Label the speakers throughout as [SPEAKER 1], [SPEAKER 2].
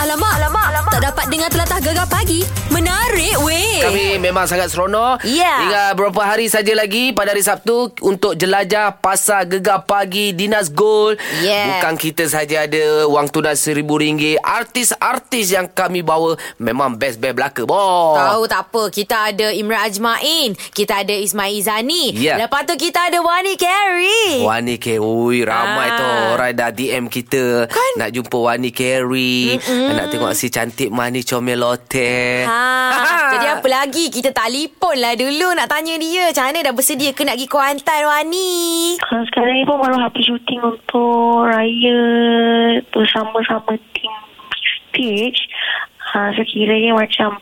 [SPEAKER 1] alamak, alamak, alamak. Tak dapat dengar telatah gegar pagi. Menarik weh.
[SPEAKER 2] Kami memang sangat seronok
[SPEAKER 1] Ya.
[SPEAKER 2] Hingga beberapa hari saja lagi Pada hari Sabtu Untuk jelajah Pasar Gegar Pagi Dinas Gold
[SPEAKER 1] Yes.
[SPEAKER 2] Bukan kita saja ada Wang tunas RM1,000 Artis-artis yang kami bawa Memang best-best belaka boh.
[SPEAKER 1] Tahu tak apa Kita ada Imran Ajmain Kita ada Ismail Izani
[SPEAKER 2] Ya.
[SPEAKER 1] Lepas tu kita ada Wani Carey
[SPEAKER 2] Wani Kerry Ramai
[SPEAKER 1] Ah.
[SPEAKER 2] tu Orang dah DM kita kan? Nak jumpa Wani Kerry Nak tengok si cantik Mani Comelote
[SPEAKER 1] Ha, jadi apa lagi Kita telefon lah dulu Nak tanya dia Macam mana dah bersedia ke Nak pergi Kuantan Wani
[SPEAKER 3] Ha, sekarang ni pun baru habis syuting untuk Raya bersama-sama tim stage. Ha, so kiranya macam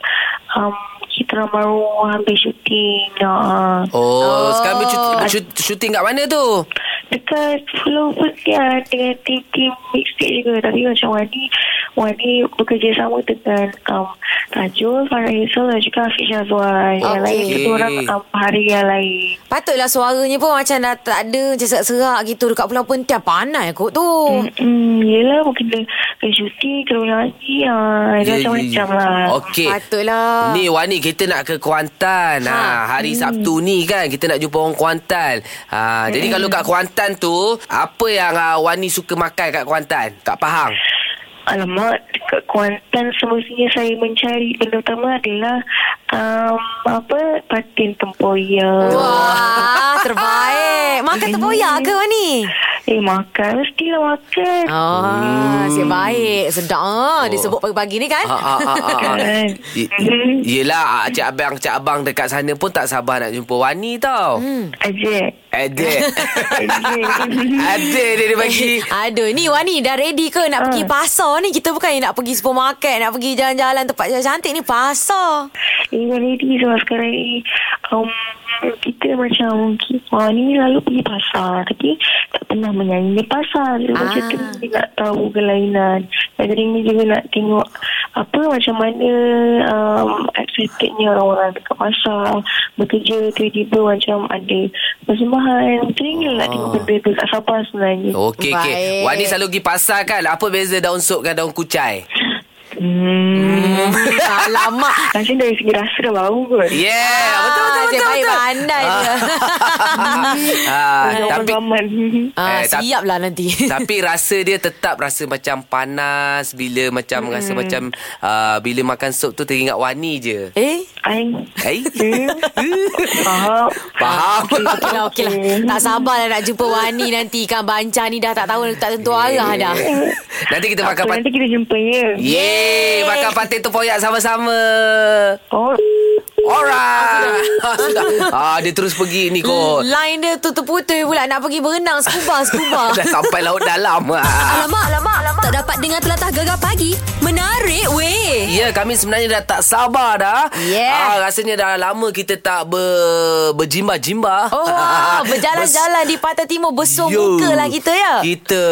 [SPEAKER 3] um, kita orang baru habis syuting uh,
[SPEAKER 2] Oh, oh. sekarang
[SPEAKER 1] Oh.
[SPEAKER 2] syuting, syuting kat mana tu?
[SPEAKER 3] dekat Pulau Pekan dengan tim-tim mix stage juga. Tapi macam Wani, Wani bekerjasama dengan um, Tajul, Farah Hazel dan juga Hafiz Azwar. Yang
[SPEAKER 1] Okey.
[SPEAKER 3] lain kita orang um, hari yang lain.
[SPEAKER 1] Patutlah suaranya pun Macam dah tak ada Macam serak-serak gitu Dekat Pulau Pentian Pandai kot tu
[SPEAKER 3] Hmm, yelah mungkin dia kena cuti, kena mengaji. Ha,
[SPEAKER 2] Ya,
[SPEAKER 3] yeah, macam-macam
[SPEAKER 2] ya, ya.
[SPEAKER 3] lah.
[SPEAKER 2] Okey.
[SPEAKER 1] Patutlah
[SPEAKER 2] Ni Wani kita nak ke Kuantan. Ha, hari
[SPEAKER 1] Hmm.
[SPEAKER 2] Sabtu ni kan kita nak jumpa orang Kuantan. Ha, jadi kalau
[SPEAKER 1] Hmm.
[SPEAKER 2] kat Kuantan tu, apa yang uh, Wani suka makan kat Kuantan? Kat Pahang.
[SPEAKER 3] Alamak, dekat Kuantan semestinya saya mencari benda utama adalah um, apa patin tempoyak.
[SPEAKER 1] Wah Terbaik Makan terpoyak ke Wani
[SPEAKER 3] Eh, makan. Mestilah makan.
[SPEAKER 1] Ah, hmm. baik. Sedap ah. Dia sebut pagi-pagi ni kan?
[SPEAKER 2] Ha, ha, ha, ha, ha.
[SPEAKER 1] Eh.
[SPEAKER 3] Kan?
[SPEAKER 2] Y-
[SPEAKER 1] Mm-hmm.
[SPEAKER 2] y- Yelah, ah, Cik Abang, Cik Abang dekat sana pun tak sabar nak jumpa Wani tau. Hmm.
[SPEAKER 3] Ajak.
[SPEAKER 2] Ada. Ada dia, dia bagi.
[SPEAKER 1] Aduh, ni Wani dah ready ke nak pergi pasar ni? Kita bukan nak pergi supermarket, nak pergi jalan-jalan tempat yang cantik ni pasar.
[SPEAKER 3] Eh, dah ready sebab sekarang ni um, kita macam uh, ni lalu pergi pasar tapi tak pernah menyanyi di pasar. Jadi
[SPEAKER 1] Ah.
[SPEAKER 3] Macam tu dia nak tahu kelainan. Dan jadi ni juga nak tengok apa macam mana um, excitednya orang-orang dekat pasar bekerja tiba-tiba macam ada persembahan. Macam ni nak
[SPEAKER 2] Ah.
[SPEAKER 3] tengok benda tu tak sabar sebenarnya.
[SPEAKER 2] Okey, okey.
[SPEAKER 1] Baik.
[SPEAKER 2] Wani selalu pergi pasar kan? Apa beza daun sup dengan daun kucai?
[SPEAKER 3] Hmm.
[SPEAKER 1] Alamak.
[SPEAKER 3] Macam dari segi rasa dah bau kot.
[SPEAKER 2] Yeah, betul betul
[SPEAKER 1] Ah,
[SPEAKER 2] betul.
[SPEAKER 1] Cik Baik
[SPEAKER 2] betul.
[SPEAKER 1] pandai dia.
[SPEAKER 2] ah, tapi
[SPEAKER 3] Zaman-zaman.
[SPEAKER 1] Ah,
[SPEAKER 2] Eh, tapi-
[SPEAKER 1] siap lah nanti.
[SPEAKER 2] tapi rasa dia tetap rasa macam panas bila macam hmm. rasa macam uh, bila makan sup tu teringat Wani je.
[SPEAKER 1] Eh?
[SPEAKER 3] Ai.
[SPEAKER 2] Hey.
[SPEAKER 3] Faham.
[SPEAKER 2] Faham.
[SPEAKER 1] Okeylah, okeylah. lah, Tak sabar lah nak jumpa Wani nanti kan. Banca ni dah tak tahu, tak tentu arah dah.
[SPEAKER 2] Eh. Nanti kita makan
[SPEAKER 3] Apa,
[SPEAKER 2] pat-
[SPEAKER 3] nanti kita jumpa ya.
[SPEAKER 2] Yeay, makan patin tempoyak sama-sama.
[SPEAKER 3] Oh.
[SPEAKER 2] Alright. Sudah. ah, dia terus pergi ni kot.
[SPEAKER 1] Line dia tu terputus pula nak pergi berenang scuba, scuba.
[SPEAKER 2] Dah sampai laut dalam.
[SPEAKER 1] Alamak, alamak, alamak. Tak dapat dengar telatah gegar pagi. Menarik weh.
[SPEAKER 2] Ya, kami sebenarnya dah tak sabar dah.
[SPEAKER 1] Yeah.
[SPEAKER 2] Ah, rasanya dah lama kita tak ber, berjimba-jimba.
[SPEAKER 1] Oh, berjalan-jalan di Pantai Timur besung
[SPEAKER 2] Ah, Yo.
[SPEAKER 1] muka lah kita ya.
[SPEAKER 2] Kita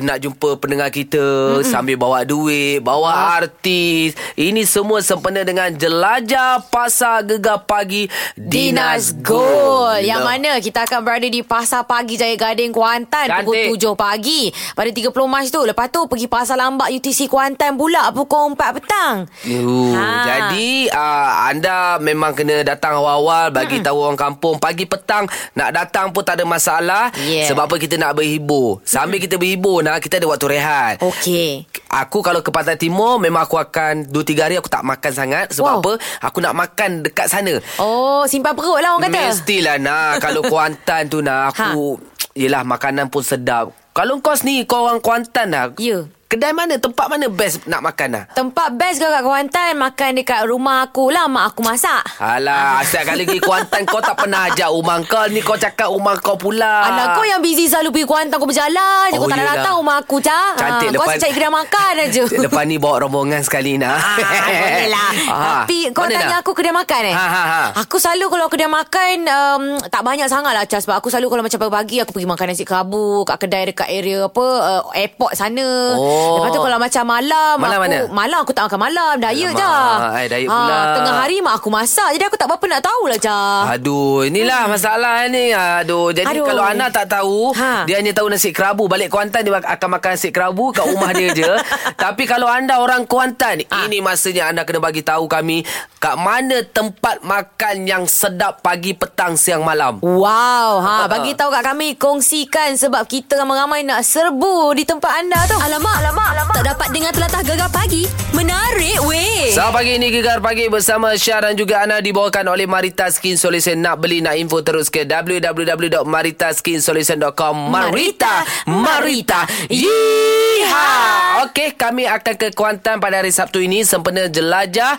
[SPEAKER 2] nak jumpa pendengar kita mm sambil bawa duit, bawa
[SPEAKER 1] Ah.
[SPEAKER 2] artis. Ini semua sempena dengan jelajah pasar gegar pagi
[SPEAKER 1] Dinas Gold. Yang mana kita akan berada di Pasar Pagi Jaya Gading Kuantan
[SPEAKER 2] Cantik.
[SPEAKER 1] pukul 7 pagi pada 30 Mac tu. Lepas tu pergi Pasar Lambak UTC Kuantan pula pukul 4 petang.
[SPEAKER 2] Yuh,
[SPEAKER 1] Ha.
[SPEAKER 2] Jadi uh, anda memang kena datang awal-awal
[SPEAKER 1] Hmm.
[SPEAKER 2] bagi tahu orang kampung pagi petang nak datang pun tak ada masalah
[SPEAKER 1] Yeah. Hmm.
[SPEAKER 2] sebab apa kita nak berhibur. Sambil kita berhibur nah kita ada waktu rehat.
[SPEAKER 1] Oh. Okey.
[SPEAKER 2] Aku kalau ke Pantai Timur Memang aku akan 2-3 hari aku tak makan sangat
[SPEAKER 1] Wow.
[SPEAKER 2] Sebab apa Aku nak makan dekat sana
[SPEAKER 1] Oh, simpan perut lah orang kata.
[SPEAKER 2] Mestilah nah Kalau Kuantan tu
[SPEAKER 1] Ha.
[SPEAKER 2] nah Aku Yelah makanan pun sedap Kalau kau ni Kau orang Kuantan lah
[SPEAKER 1] Ya.
[SPEAKER 2] Kedai mana Tempat mana best nak makan lah
[SPEAKER 1] Tempat best kalau kat Kuantan makan dekat rumah aku lah mak aku masak.
[SPEAKER 2] Alah, asyik kali pergi Kuantan kau tak pernah ajak rumah kau ni kau cakap rumah kau pula.
[SPEAKER 1] Anak kau yang busy selalu pergi Kuantan Kau berjalan je
[SPEAKER 2] Ah.
[SPEAKER 1] Kau
[SPEAKER 2] Oh,
[SPEAKER 1] tak nak
[SPEAKER 2] yelah.
[SPEAKER 1] datang rumah aku cah
[SPEAKER 2] Cantik
[SPEAKER 1] Kau
[SPEAKER 2] lepas-
[SPEAKER 1] asyik cari kedai makan aja
[SPEAKER 2] Lepas ni bawa rombongan sekali nak. Ah,
[SPEAKER 1] Ah, boleh lah Tapi kau tanya aku kedai makan eh
[SPEAKER 2] Ha, ha, ha.
[SPEAKER 1] Aku selalu kalau kedai makan um, Tak banyak sangat lah Cas Sebab aku selalu kalau macam pagi-pagi Aku pergi makan nasi kerabu Kat kedai dekat area apa uh, Airport sana
[SPEAKER 2] Oh. Oh.
[SPEAKER 1] Lepas tu kalau macam malam
[SPEAKER 2] Malam
[SPEAKER 1] aku,
[SPEAKER 2] mana?
[SPEAKER 1] Malam aku tak makan malam Diet je
[SPEAKER 2] Alamak, ai, diet
[SPEAKER 1] Ah,
[SPEAKER 2] pula.
[SPEAKER 1] Tengah hari mak aku masak Jadi aku tak berapa nak tahulah Jah
[SPEAKER 2] Aduh, inilah masalah ni. Aduh, jadi
[SPEAKER 1] Hmm. Aduh.
[SPEAKER 2] Aduh. kalau Ana tak tahu,
[SPEAKER 1] Ha.
[SPEAKER 2] ha. dia hanya tahu nasi kerabu. Balik Kuantan dia akan makan nasi kerabu kat rumah dia je. Tapi kalau anda orang Kuantan,
[SPEAKER 1] Ha.
[SPEAKER 2] ini masanya anda kena bagi tahu kami kat mana tempat makan yang sedap pagi, petang, siang, malam.
[SPEAKER 1] Wow,
[SPEAKER 2] Ah.
[SPEAKER 1] ha bagi tahu kat kami kongsikan sebab kita ramai-ramai nak serbu di tempat anda tu. Alamak, alamak, alamak. tak dapat dengar telatah gegar pagi. Menarik weh.
[SPEAKER 2] Selamat pagi ini Gegar Pagi bersama Syah dan juga Ana dibawakan oleh Marita Skin Solution. Nak beli, nak info terus ke www.maritaskinsolution.com Marita, Marita, Yeeha! Okey, kami akan ke Kuantan pada hari Sabtu ini sempena jelajah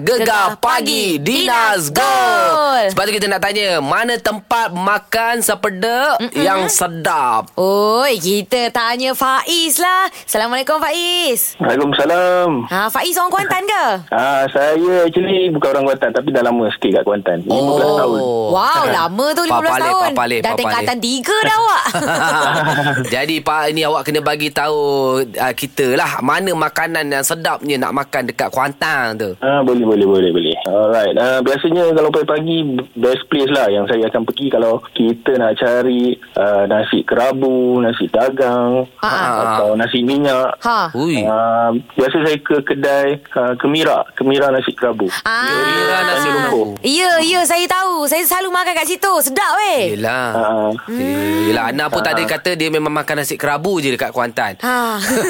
[SPEAKER 1] Pasar Gegar
[SPEAKER 2] Gegar Pagi,
[SPEAKER 1] Pagi. Dinas
[SPEAKER 2] Dinas Go.
[SPEAKER 1] Gold.
[SPEAKER 2] Sebab tu kita nak tanya, mana tempat makan sepeda yang sedap?
[SPEAKER 1] Oi, kita tanya Faiz lah. Assalamualaikum Faiz.
[SPEAKER 4] Waalaikumsalam.
[SPEAKER 1] Ha, Faiz orang Kuantan ke?
[SPEAKER 4] Ah, saya actually bukan orang Kuantan tapi dah lama sikit kat Kuantan. 15
[SPEAKER 1] Oh.
[SPEAKER 4] tahun.
[SPEAKER 2] Oh,
[SPEAKER 1] Wow, lama tu 15
[SPEAKER 2] Papaleh,
[SPEAKER 1] tahun.
[SPEAKER 2] papaleh,
[SPEAKER 1] Dah
[SPEAKER 2] papaleh.
[SPEAKER 1] tingkatan 3 dah awak.
[SPEAKER 2] Jadi Pak ni awak kena bagi tahu uh, kita lah mana makanan yang sedapnya nak makan dekat Kuantan tu.
[SPEAKER 4] Ah, boleh, boleh, boleh, boleh. Alright. Ah, biasanya kalau pagi-pagi, best place lah yang saya akan pergi kalau kita nak cari ah, nasi kerabu, nasi dagang,
[SPEAKER 1] Ah, ah.
[SPEAKER 4] atau nasi minyak.
[SPEAKER 1] ha.
[SPEAKER 2] Ui.
[SPEAKER 4] Ah, biasa saya ke kedai ah, Kemira, Kemira Nasi Kerabu.
[SPEAKER 1] Ah.
[SPEAKER 2] Ya, nasi
[SPEAKER 4] lumpur.
[SPEAKER 1] Ya, ya, saya tahu. Saya selalu makan kat situ. Sedap weh.
[SPEAKER 2] Yelah. Hmm.
[SPEAKER 4] Ah,
[SPEAKER 2] Yelah Ana pun tak ada kata dia memang makan nasi kerabu je dekat Kuantan.
[SPEAKER 1] Ha.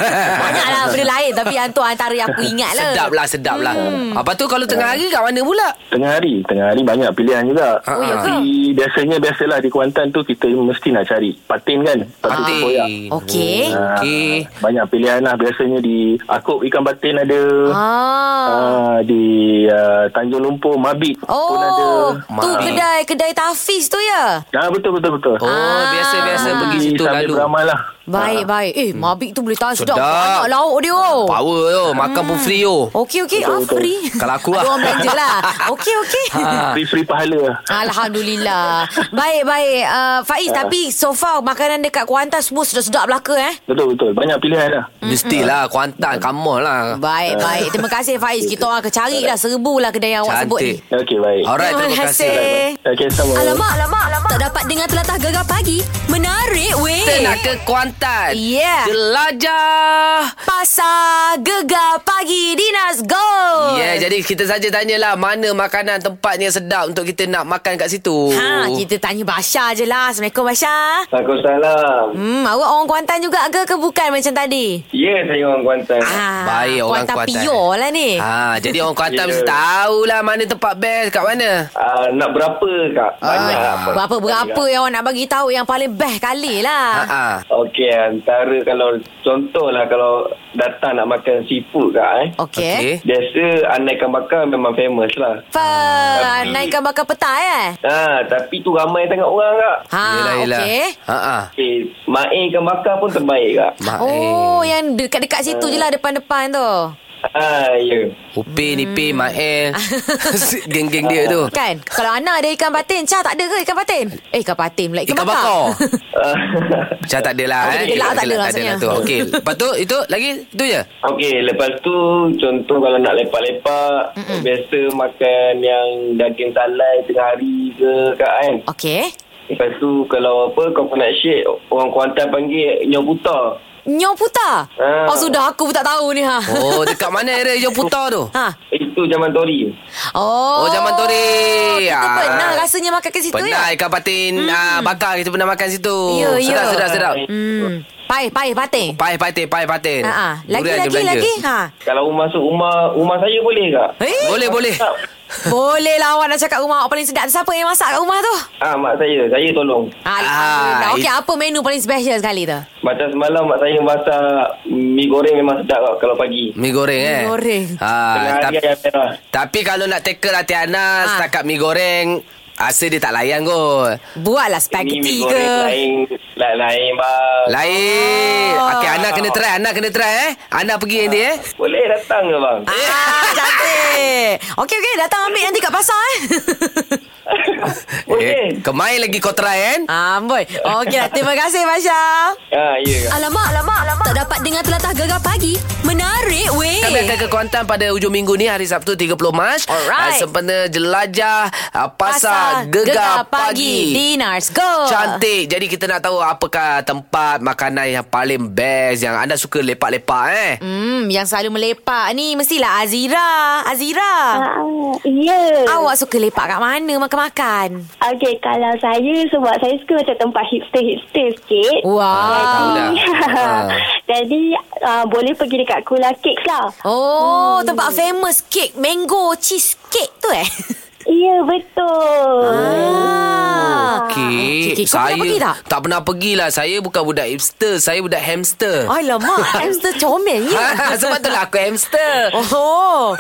[SPEAKER 1] Banyaklah benda lain tapi yang tu antara yang aku ingat lah.
[SPEAKER 2] Sedap lah, sedap lah.
[SPEAKER 1] Hmm.
[SPEAKER 2] Apa tu kalau tengah hari kat mana pula?
[SPEAKER 4] Tengah hari Tengah hari banyak pilihan juga
[SPEAKER 2] Oh, ya
[SPEAKER 1] ke?
[SPEAKER 4] Tapi Biasanya Biasalah di Kuantan tu Kita mesti nak cari Patin kan Patin koyak
[SPEAKER 2] Patin. Eh,
[SPEAKER 1] Okey.
[SPEAKER 4] Ah,
[SPEAKER 2] Okey.
[SPEAKER 4] Banyak pilihan lah Biasanya di Akop ikan patin ada
[SPEAKER 1] Ah.
[SPEAKER 4] Ah, Di ah, Tanjung Lumpur Mabit pun ada
[SPEAKER 1] Oh, tu
[SPEAKER 2] Mari.
[SPEAKER 1] kedai kedai Tafiz tu ya.
[SPEAKER 4] Ah, Betul betul betul
[SPEAKER 2] Oh, biasa-biasa
[SPEAKER 1] Ah.
[SPEAKER 2] pergi
[SPEAKER 4] Di
[SPEAKER 2] situ
[SPEAKER 4] Sambil
[SPEAKER 2] lalu.
[SPEAKER 4] Beramal lah
[SPEAKER 1] Baik, baik. Eh, Mabik tu boleh tahan sedap.
[SPEAKER 2] Sedap.
[SPEAKER 1] Banyak lauk dia. oh.
[SPEAKER 2] Power tu, makan pun free oh. tu.
[SPEAKER 1] Okey, okey.
[SPEAKER 4] Betul,
[SPEAKER 1] Ah,
[SPEAKER 4] betul.
[SPEAKER 1] free.
[SPEAKER 2] Kalau aku lah.
[SPEAKER 1] Ada orang belanja lah. Okey, okey.
[SPEAKER 2] Ah.
[SPEAKER 4] Free-free pahala lah
[SPEAKER 1] Alhamdulillah. Baik, baik. Uh, Faiz,
[SPEAKER 4] Ah.
[SPEAKER 1] tapi so far makanan dekat Kuantan semua sedap-sedap belaka eh.
[SPEAKER 4] Betul betul Banyak pilihan lah
[SPEAKER 2] Mestilah Kuantan, come on lah.
[SPEAKER 4] Ah.
[SPEAKER 1] Baik, baik. Terima kasih Faiz. Kita orang akan cari lah. Serbu lah kedai yang awak sebut ni.
[SPEAKER 2] Cantik.
[SPEAKER 4] Okay baik
[SPEAKER 2] Alright, terima kasih.
[SPEAKER 4] Okay sama
[SPEAKER 1] alamak, alamak. Tak dapat dengar telatah gegar pagi. Menarik, weh.
[SPEAKER 2] Kita nak ke Kuantan.
[SPEAKER 1] Yeah.
[SPEAKER 2] Jelajah.
[SPEAKER 1] Pasar gegar pagi Dinas Go.
[SPEAKER 2] Ya, yeah, jadi kita saja tanyalah mana makanan tempatnya sedap untuk kita nak makan kat situ.
[SPEAKER 1] Ha, kita tanya Basha je lah. Assalamualaikum Basha.
[SPEAKER 4] Waalaikumsalam
[SPEAKER 1] Hmm, awak orang Kuantan juga ke ke bukan macam tadi?
[SPEAKER 4] Ya saya orang Kuantan
[SPEAKER 1] Ah,
[SPEAKER 2] Eh, Baik orang Kuantan.
[SPEAKER 1] Kuantan pior lah ni.
[SPEAKER 2] Ha, jadi orang Kuantan
[SPEAKER 4] Ya.
[SPEAKER 2] mesti tahulah mana tempat best kat mana.
[SPEAKER 4] Uh, nak berapa kak? Banyak lah,
[SPEAKER 2] Ah.
[SPEAKER 4] apa?
[SPEAKER 1] Berapa-berapa yang awak nak bagi tahu yang paling best kali
[SPEAKER 2] Ha
[SPEAKER 1] lah.
[SPEAKER 2] ah.
[SPEAKER 4] Okey, antara kalau contohlah kalau datang nak makan seafood kak eh.
[SPEAKER 1] Okey. Okay.
[SPEAKER 4] Biasa anak ikan bakar memang famous lah.
[SPEAKER 1] Fa,
[SPEAKER 4] Tapi-
[SPEAKER 1] naikkan bakar petang eh?
[SPEAKER 4] Ha, tapi tu ramai sangat orang kak.
[SPEAKER 1] Ha, okey.
[SPEAKER 2] Ha ah.
[SPEAKER 4] Okey, mak air ikan bakar pun terbaik kak.
[SPEAKER 2] Mak eh.
[SPEAKER 1] Oh, yang dekat-dekat situ je lah depan-depan tu.
[SPEAKER 2] Oh.
[SPEAKER 4] Ha, ya.
[SPEAKER 2] Upin, Ipin, Mak El. Geng-geng dia tu.
[SPEAKER 1] Kan? Kalau Ana ada ikan patin, Cah tak ada ke ikan patin? Eh, ikan patin pula. Ikan,
[SPEAKER 2] Ikan bakar.
[SPEAKER 4] Ah,
[SPEAKER 2] Macam tak adalah
[SPEAKER 1] Oh,
[SPEAKER 2] eh.
[SPEAKER 1] gelak tak ada
[SPEAKER 2] Gelak
[SPEAKER 1] rasanya.
[SPEAKER 2] tu. Okey. Lepas tu itu lagi itu je.
[SPEAKER 4] Okey, lepas tu contoh kalau nak lepak-lepak, biasa makan yang daging salai tengah hari ke kak kan.
[SPEAKER 1] Okey.
[SPEAKER 4] Lepas tu kalau apa coconut shake orang Kuantan panggil nyobuta. buta.
[SPEAKER 1] Nyo Puta.
[SPEAKER 4] Ah.
[SPEAKER 1] Oh, sudah aku pun tak tahu ni ha.
[SPEAKER 2] Oh, dekat mana area hijau putar tu?
[SPEAKER 1] Ha.
[SPEAKER 4] Itu zaman Tori.
[SPEAKER 1] Oh,
[SPEAKER 2] Oh, Jaman Tore.
[SPEAKER 1] Kita
[SPEAKER 2] Ah.
[SPEAKER 1] pernah rasanya makan ke situ
[SPEAKER 2] Pernah
[SPEAKER 1] ya?
[SPEAKER 2] ikan patin hmm. ah, bakar kita pernah makan situ.
[SPEAKER 1] Ya, ya.
[SPEAKER 2] sedap, sedap, sedap.
[SPEAKER 1] Hmm. Pai, pai, patin.
[SPEAKER 2] Pahit patin, pahit patin.
[SPEAKER 1] Ha ah. Lagi,
[SPEAKER 2] Durian dia
[SPEAKER 1] lagi,
[SPEAKER 2] belanja.
[SPEAKER 1] lagi. Ha.
[SPEAKER 4] Kalau masuk rumah rumah saya boleh kak?
[SPEAKER 1] Eh,
[SPEAKER 2] Boleh, boleh.
[SPEAKER 4] Tak.
[SPEAKER 1] boleh lah awak nak cakap rumah awak paling sedap. Siapa yang masak kat rumah tu?
[SPEAKER 4] Ah mak saya, saya tolong.
[SPEAKER 1] Alhamdulillah.
[SPEAKER 2] Ah,
[SPEAKER 1] Okey,
[SPEAKER 2] it-
[SPEAKER 1] apa menu paling special sekali tu?
[SPEAKER 4] Macam semalam mak saya masak mi goreng memang sedap kak kalau pagi.
[SPEAKER 2] Mi goreng eh.
[SPEAKER 1] Mi goreng.
[SPEAKER 4] Tengah
[SPEAKER 2] Ah,
[SPEAKER 4] hari
[SPEAKER 2] tapi,
[SPEAKER 4] ayam merah.
[SPEAKER 2] tapi kalau nak tackle hati Ana
[SPEAKER 1] Ah.
[SPEAKER 2] setakat mi goreng, rasa dia tak layan kot.
[SPEAKER 1] Buatlah
[SPEAKER 4] Ini mi
[SPEAKER 1] spaghetti
[SPEAKER 4] goreng
[SPEAKER 1] ke.
[SPEAKER 4] lain, lain, lain bang.
[SPEAKER 2] Lain.
[SPEAKER 1] Oh.
[SPEAKER 2] Okey, Ana kena try, Ana kena try eh. Ana pergi nanti eh.
[SPEAKER 4] Boleh datang ke bang?
[SPEAKER 1] Ah, cantik. Okey, okey. Datang ambil nanti kat pasar eh.
[SPEAKER 3] Boleh.
[SPEAKER 2] Eh, kemain lagi kau try kan?
[SPEAKER 1] Amboi. Okey, terima kasih Masya.
[SPEAKER 4] Ah, ya.
[SPEAKER 1] Alamak, alamak, alamak. Tak dapat dengar telatah gegar pagi. Menarik weh.
[SPEAKER 2] Kami akan ke Kuantan pada hujung minggu ni hari Sabtu 30 Mac.
[SPEAKER 1] Alright.
[SPEAKER 2] Ah, sempena jelajah ah, pasar, gegar, pagi.
[SPEAKER 1] Di Nars Go.
[SPEAKER 2] Cantik. Jadi kita nak tahu apakah tempat makanan yang paling best yang anda suka lepak-lepak eh.
[SPEAKER 1] Hmm, yang selalu melepak ni mestilah Azira. Azira.
[SPEAKER 5] Ah, ya.
[SPEAKER 3] Ah.
[SPEAKER 1] Awak suka lepak kat mana makan-makan?
[SPEAKER 5] Okey, kalau saya sebab saya suka macam tempat hipster-hipster sikit.
[SPEAKER 1] Oh.
[SPEAKER 2] tahu
[SPEAKER 1] Wow.
[SPEAKER 2] dah. Ah.
[SPEAKER 5] Jadi uh, boleh pergi dekat Kula Cakes lah.
[SPEAKER 1] Oh, tempat famous kek mango cheesecake tu eh.
[SPEAKER 5] Ya, betul.
[SPEAKER 1] Ah.
[SPEAKER 2] Oh, Okey.
[SPEAKER 1] Okey, okey. Kau pernah pergi tak?
[SPEAKER 2] Tak pernah pergilah. Saya bukan budak hipster. Saya budak hamster.
[SPEAKER 1] Alamak, hamster comel ya.
[SPEAKER 2] Ha, sebab tu lah aku hamster.
[SPEAKER 1] Oh,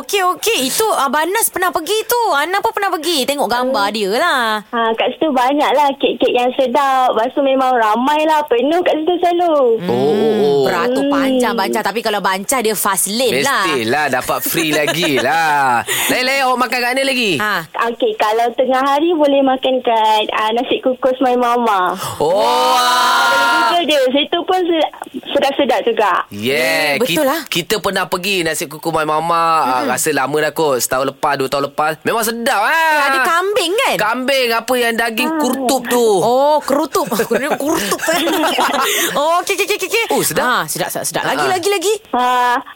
[SPEAKER 1] okey okey. Itu Abang Nas pernah pergi tu. Ana pun pernah pergi. Tengok gambar dia lah.
[SPEAKER 5] Ha, kat situ banyak lah kek-kek yang sedap. Lepas tu memang ramai lah. Penuh kat situ selalu.
[SPEAKER 1] hmm.
[SPEAKER 2] Oh, oh, oh.
[SPEAKER 1] Beratur panjang bancah. Tapi kalau bancah dia fast lane lah.
[SPEAKER 2] Mestilah dapat free lagi lah. Lain-lain awak makan kat mana lagi?
[SPEAKER 1] Ha.
[SPEAKER 5] Okey, kalau tengah hari boleh makan kat uh, nasi kukus My Mama.
[SPEAKER 2] Oh.
[SPEAKER 5] Ah. Juga dia. Situ pun se- sedap-sedap juga.
[SPEAKER 2] Yeah,
[SPEAKER 1] Hmm, betul
[SPEAKER 2] kita,
[SPEAKER 1] lah.
[SPEAKER 2] Kita pernah pergi nasi kuku my mama. Hmm. Rasa lama dah kot. Setahun lepas, dua tahun lepas. Memang sedap ah.
[SPEAKER 1] Ada kambing kan?
[SPEAKER 2] Kambing apa yang daging kurtup tu.
[SPEAKER 1] Oh, kerutup. Kerutup kerutup. oh, okey okey okey okey.
[SPEAKER 2] Oh, sedap.
[SPEAKER 1] Ha, sedap sedap sedap. Lagi
[SPEAKER 2] Ha.
[SPEAKER 1] lagi lagi.
[SPEAKER 5] Ha,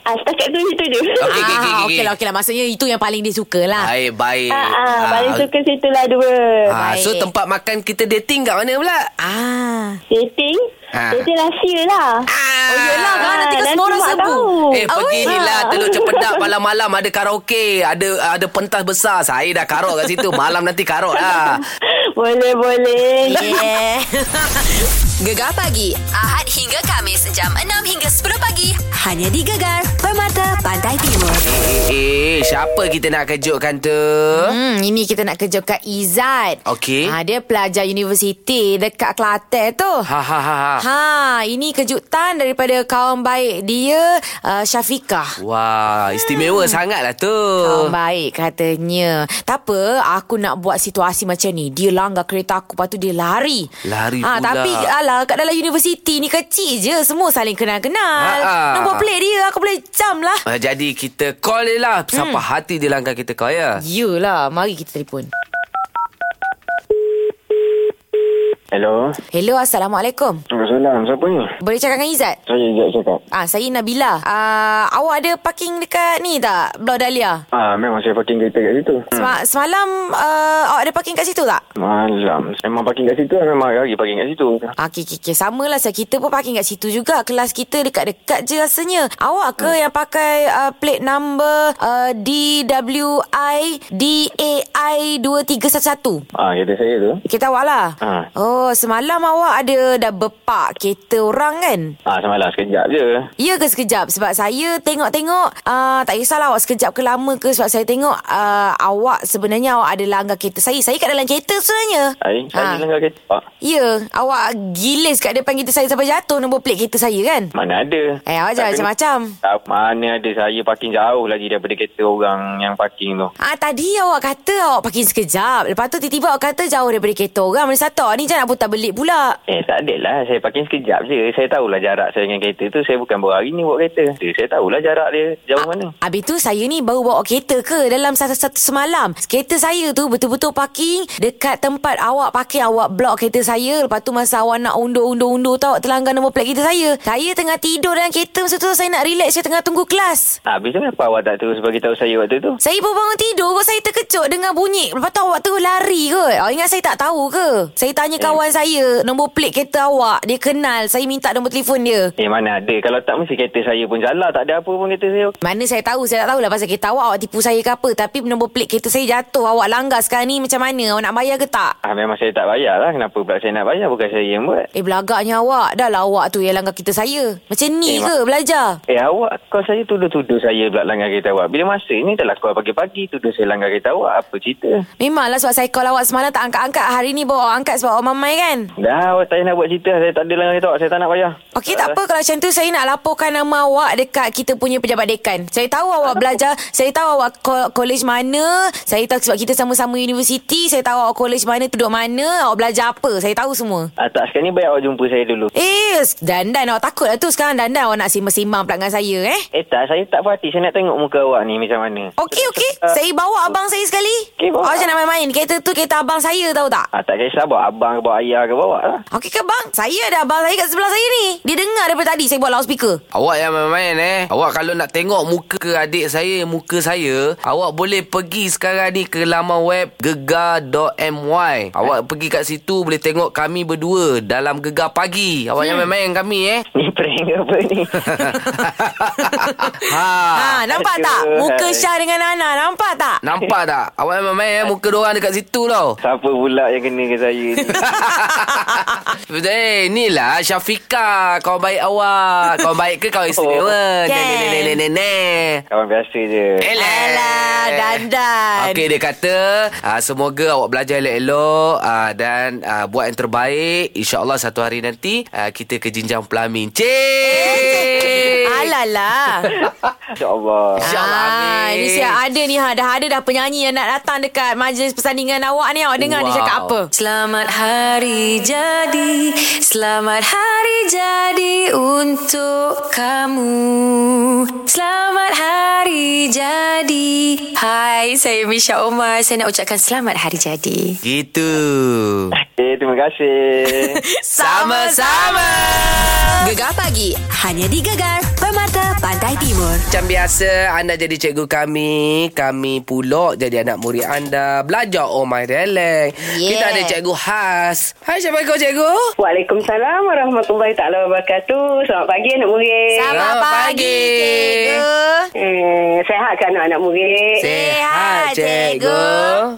[SPEAKER 5] ah, setakat tu itu je.
[SPEAKER 2] Okey, okey, okey,
[SPEAKER 1] Ah,
[SPEAKER 2] okey.
[SPEAKER 1] okey lah, okey lah. Maksudnya itu yang paling dia suka lah.
[SPEAKER 2] Baik, baik.
[SPEAKER 5] Ah, ah,
[SPEAKER 2] Ah,
[SPEAKER 5] paling suka situ lah dua.
[SPEAKER 2] ah, so
[SPEAKER 1] Baik.
[SPEAKER 2] tempat makan kita dating kat mana pula?
[SPEAKER 1] Ah.
[SPEAKER 5] Dating
[SPEAKER 2] Ha.
[SPEAKER 5] Dating rahsia lah
[SPEAKER 2] Ah.
[SPEAKER 1] Oh, yelah kan nanti kan
[SPEAKER 5] nanti
[SPEAKER 1] semua orang
[SPEAKER 5] mak
[SPEAKER 1] serbu.
[SPEAKER 5] tahu.
[SPEAKER 2] Eh
[SPEAKER 1] Awak-
[SPEAKER 2] pergi ni
[SPEAKER 1] Ah.
[SPEAKER 2] lah Telur cempedak malam-malam Ada karaoke Ada ada pentas besar Saya dah karok kat situ Malam nanti karok lah
[SPEAKER 5] Boleh boleh
[SPEAKER 1] Yeah. Gegar pagi Ahad hingga Kamis jam 6 hingga 10 pagi hanya di Gegar Permata Pantai Timur.
[SPEAKER 2] Eh, eh siapa kita nak kejutkan tu?
[SPEAKER 1] Hmm, ini kita nak kejutkan Izzat.
[SPEAKER 2] Okey.
[SPEAKER 1] Ha, dia pelajar universiti dekat Kelantan tu.
[SPEAKER 2] Ha ha ha ha.
[SPEAKER 1] Ha, ini kejutan daripada kawan baik dia, uh, Syafiqah.
[SPEAKER 2] Wah,
[SPEAKER 1] Hmm.
[SPEAKER 2] istimewa sangatlah tu.
[SPEAKER 1] Kawan baik katanya. Tak apa, aku nak buat situasi macam ni. Dia langgar kereta aku, lepas tu dia lari.
[SPEAKER 2] Lari
[SPEAKER 1] Ah,
[SPEAKER 2] pula.
[SPEAKER 1] Tapi, alah, kat dalam universiti ni kecil je. Semua saling kenal-kenal.
[SPEAKER 2] Ha, ha.
[SPEAKER 1] Nombor plate dia, aku boleh jam lah.
[SPEAKER 2] Ah, jadi kita call dia lah Sampai hati dia langgar kita call ya
[SPEAKER 1] Yelah, mari kita telefon.
[SPEAKER 4] Hello.
[SPEAKER 1] Hello, Assalamualaikum.
[SPEAKER 4] Assalamualaikum. Siapa ni?
[SPEAKER 1] Boleh cakap dengan Izzat?
[SPEAKER 4] Saya Izzat cakap.
[SPEAKER 1] Ah, saya Nabila. Ah, awak ada parking dekat ni tak? Blok Dahlia.
[SPEAKER 4] Ah, memang saya parking kereta kat situ.
[SPEAKER 1] Sem- semalam uh, awak ada parking kat situ tak?
[SPEAKER 4] Malam. Memang parking kat situ lah. Memang hari-hari parking kat situ.
[SPEAKER 1] Ah, okay, okay, okay. Sama lah. Sel. Kita pun parking kat situ juga. Kelas kita dekat-dekat je rasanya. Awak ke
[SPEAKER 4] Hmm.
[SPEAKER 1] yang pakai uh, plate number uh, DWI-DAI2311?
[SPEAKER 4] Ah, kereta saya tu.
[SPEAKER 1] Kereta awak lah.
[SPEAKER 4] Ah.
[SPEAKER 1] Oh, semalam awak ada dah berpak kereta orang kan?
[SPEAKER 4] Ah, semalam sekejap je.
[SPEAKER 1] Ya ke sekejap? Sebab saya tengok-tengok, uh, tak kisahlah awak sekejap ke lama ke sebab saya tengok uh, awak sebenarnya awak ada langgar kereta saya. Saya kat dalam kereta sebenarnya.
[SPEAKER 4] Saya, saya
[SPEAKER 1] Ah.
[SPEAKER 4] langgar kereta. Ah,
[SPEAKER 1] Ya, awak gilis kat depan kereta saya sampai jatuh nombor plate kereta saya kan?
[SPEAKER 4] mana ada.
[SPEAKER 1] Eh, awak jangan
[SPEAKER 4] Tak kena-
[SPEAKER 1] macam-macam.
[SPEAKER 4] Tak, mana ada saya parking jauh lagi daripada kereta orang yang parking tu.
[SPEAKER 1] Ah tadi awak kata awak parking sekejap. Lepas tu tiba-tiba awak kata jauh daripada kereta orang. Mana satu awak ni jangan nak putar belik pula.
[SPEAKER 4] Eh, tak adalah. Saya parking sekejap je. Saya tahulah jarak saya dengan kereta tu. Saya bukan baru hari ni buat kereta. Dia- Saya tahulah jarak dia jauh mana.
[SPEAKER 1] Habis tu saya ni baru bawa kereta ke dalam satu-satu semalam. Kereta saya tu betul-betul parking dekat tempat awak parking awak blok kereta saya. Lepas tu masa awak nak undur-undur-undur tu awak terlanggar nombor plate kereta saya. Saya tengah tidur dalam kereta masa tu saya nak relax saya tengah tunggu kelas.
[SPEAKER 4] Ah, habis tu kenapa awak tak terus bagi tahu saya waktu tu?
[SPEAKER 1] Saya baru bangun tidur kot saya terkejut dengar bunyi. Lepas tu awak terus lari kot. Awak ingat saya tak tahu ke? Saya tanya kawan saya nombor plate kereta awak. Dia kenal. Saya minta nombor telefon dia.
[SPEAKER 4] Eh, mana ada. Kalau tak mesti kereta saya pun salah. Tak ada apa pun kereta saya.
[SPEAKER 1] Mana saya tahu Saya tak tahulah pasal kereta awak Awak tipu saya ke apa Tapi nombor plate kereta saya jatuh Awak langgar sekarang ni Macam mana Awak nak bayar ke tak
[SPEAKER 4] Ah, memang saya tak bayar lah. Kenapa pula saya nak bayar? Bukan saya yang buat.
[SPEAKER 1] Eh belagaknya awak Dah lah awak tu yang langgar kereta saya Macam ni
[SPEAKER 4] Eh,
[SPEAKER 1] ke belajar
[SPEAKER 4] Eh awak Kau saya tuduh-tuduh saya pula langgar kereta awak Bila masa ni telah call pagi-pagi Tuduh saya langgar kereta awak Apa cerita
[SPEAKER 1] Memanglah sebab saya call awak semalam tak angkat-angkat Hari ni bawa awak angkat sebab awak mamat ramai kan?
[SPEAKER 6] Dah awak saya nak buat cerita Saya tak ada lah tak Saya tak nak payah
[SPEAKER 1] Okey tak apa kalau macam tu saya nak laporkan nama awak dekat kita punya pejabat dekan. Saya tahu awak belajar, saya tahu awak ko- college mana, saya tahu sebab kita sama-sama universiti, saya tahu awak college mana, duduk mana, awak belajar apa, saya tahu semua.
[SPEAKER 6] ah, Tak sekarang ni baik awak jumpa saya dulu
[SPEAKER 1] Eh, dandan awak takut lah tu sekarang dandan awak nak simbang-simbang pula dengan saya eh.
[SPEAKER 6] Eh tak saya tak puas hati Saya nak tengok muka awak ni macam mana
[SPEAKER 1] Okey okey, saya bawa abang saya sekali.
[SPEAKER 6] Eh, Okey,
[SPEAKER 1] Awak
[SPEAKER 6] bawa.
[SPEAKER 1] jangan nak main-main, kereta tu kereta abang saya tahu tak?
[SPEAKER 6] ah, Tak kisah bawa abang ke bawa ayah ke bawa lah
[SPEAKER 1] Okey ke bang? Saya ada abang saya kat sebelah saya ni. Dia dengar daripada tadi saya buat loudspeaker.
[SPEAKER 2] Awak yang main-main eh Awak kalau nak tengok muka ke adik saya Muka saya Awak boleh pergi sekarang ni ke laman web Gegar.my Awak pergi kat situ Boleh tengok kami berdua Dalam Gegar Pagi Awak yang main-main kami eh
[SPEAKER 6] Ni prank ke apa ni
[SPEAKER 2] ha.
[SPEAKER 1] Ha, nampak tak?
[SPEAKER 6] aduh.
[SPEAKER 1] Muka Syah dengan Nana, nampak tak?
[SPEAKER 2] Nampak tak? Awak yang main-main eh Muka diorang dekat situ tau
[SPEAKER 6] Siapa pula yang kena ke saya ni
[SPEAKER 2] Eh, inilah Syafiqah Kau baik awak Kau baik ke kau istimewa
[SPEAKER 1] Oh,
[SPEAKER 2] oh,
[SPEAKER 1] kan.
[SPEAKER 2] Nenek-nenek
[SPEAKER 6] Kawan biasa je
[SPEAKER 1] Alah, dandan.
[SPEAKER 2] Okey, dia kata uh, Semoga awak belajar elok-elok uh, Dan uh, buat yang terbaik InsyaAllah satu hari nanti uh, Kita ke jenjang pelamin Cik
[SPEAKER 1] Alalah.
[SPEAKER 6] Ya InsyaAllah
[SPEAKER 2] InsyaAllah,
[SPEAKER 1] lah. Ah,
[SPEAKER 2] lah, amin.
[SPEAKER 1] Ini siap ada ni ha. Dah ada dah penyanyi yang nak datang dekat majlis persandingan awak ni. Awak dengar wow. dia
[SPEAKER 2] Wow.
[SPEAKER 1] cakap apa? Selamat hari jadi. Selamat hari jadi untuk kamu. Selamat hari jadi. Hai, saya Misha Omar. Saya nak ucapkan selamat hari jadi.
[SPEAKER 2] Gitu
[SPEAKER 6] Okay
[SPEAKER 4] Eh,
[SPEAKER 6] terima kasih
[SPEAKER 1] Gegar pagi hanya di Gegar Permata Pantai Timur.
[SPEAKER 2] Macam biasa Anda jadi cikgu kami Kami pula Jadi anak murid anda Belajar Oh my relax
[SPEAKER 1] Yeah.
[SPEAKER 2] Kita ada cikgu khas Hai siapa kau cikgu?
[SPEAKER 5] Waalaikumsalam warahmatullahi taala wabarakatuh. Selamat pagi anak murid.
[SPEAKER 1] Selamat,
[SPEAKER 2] Selamat
[SPEAKER 1] pagi,
[SPEAKER 2] pagi.
[SPEAKER 1] cikgu.
[SPEAKER 5] Eh, sehat ke anak-anak murid?
[SPEAKER 1] Sihat, Eh, cikgu.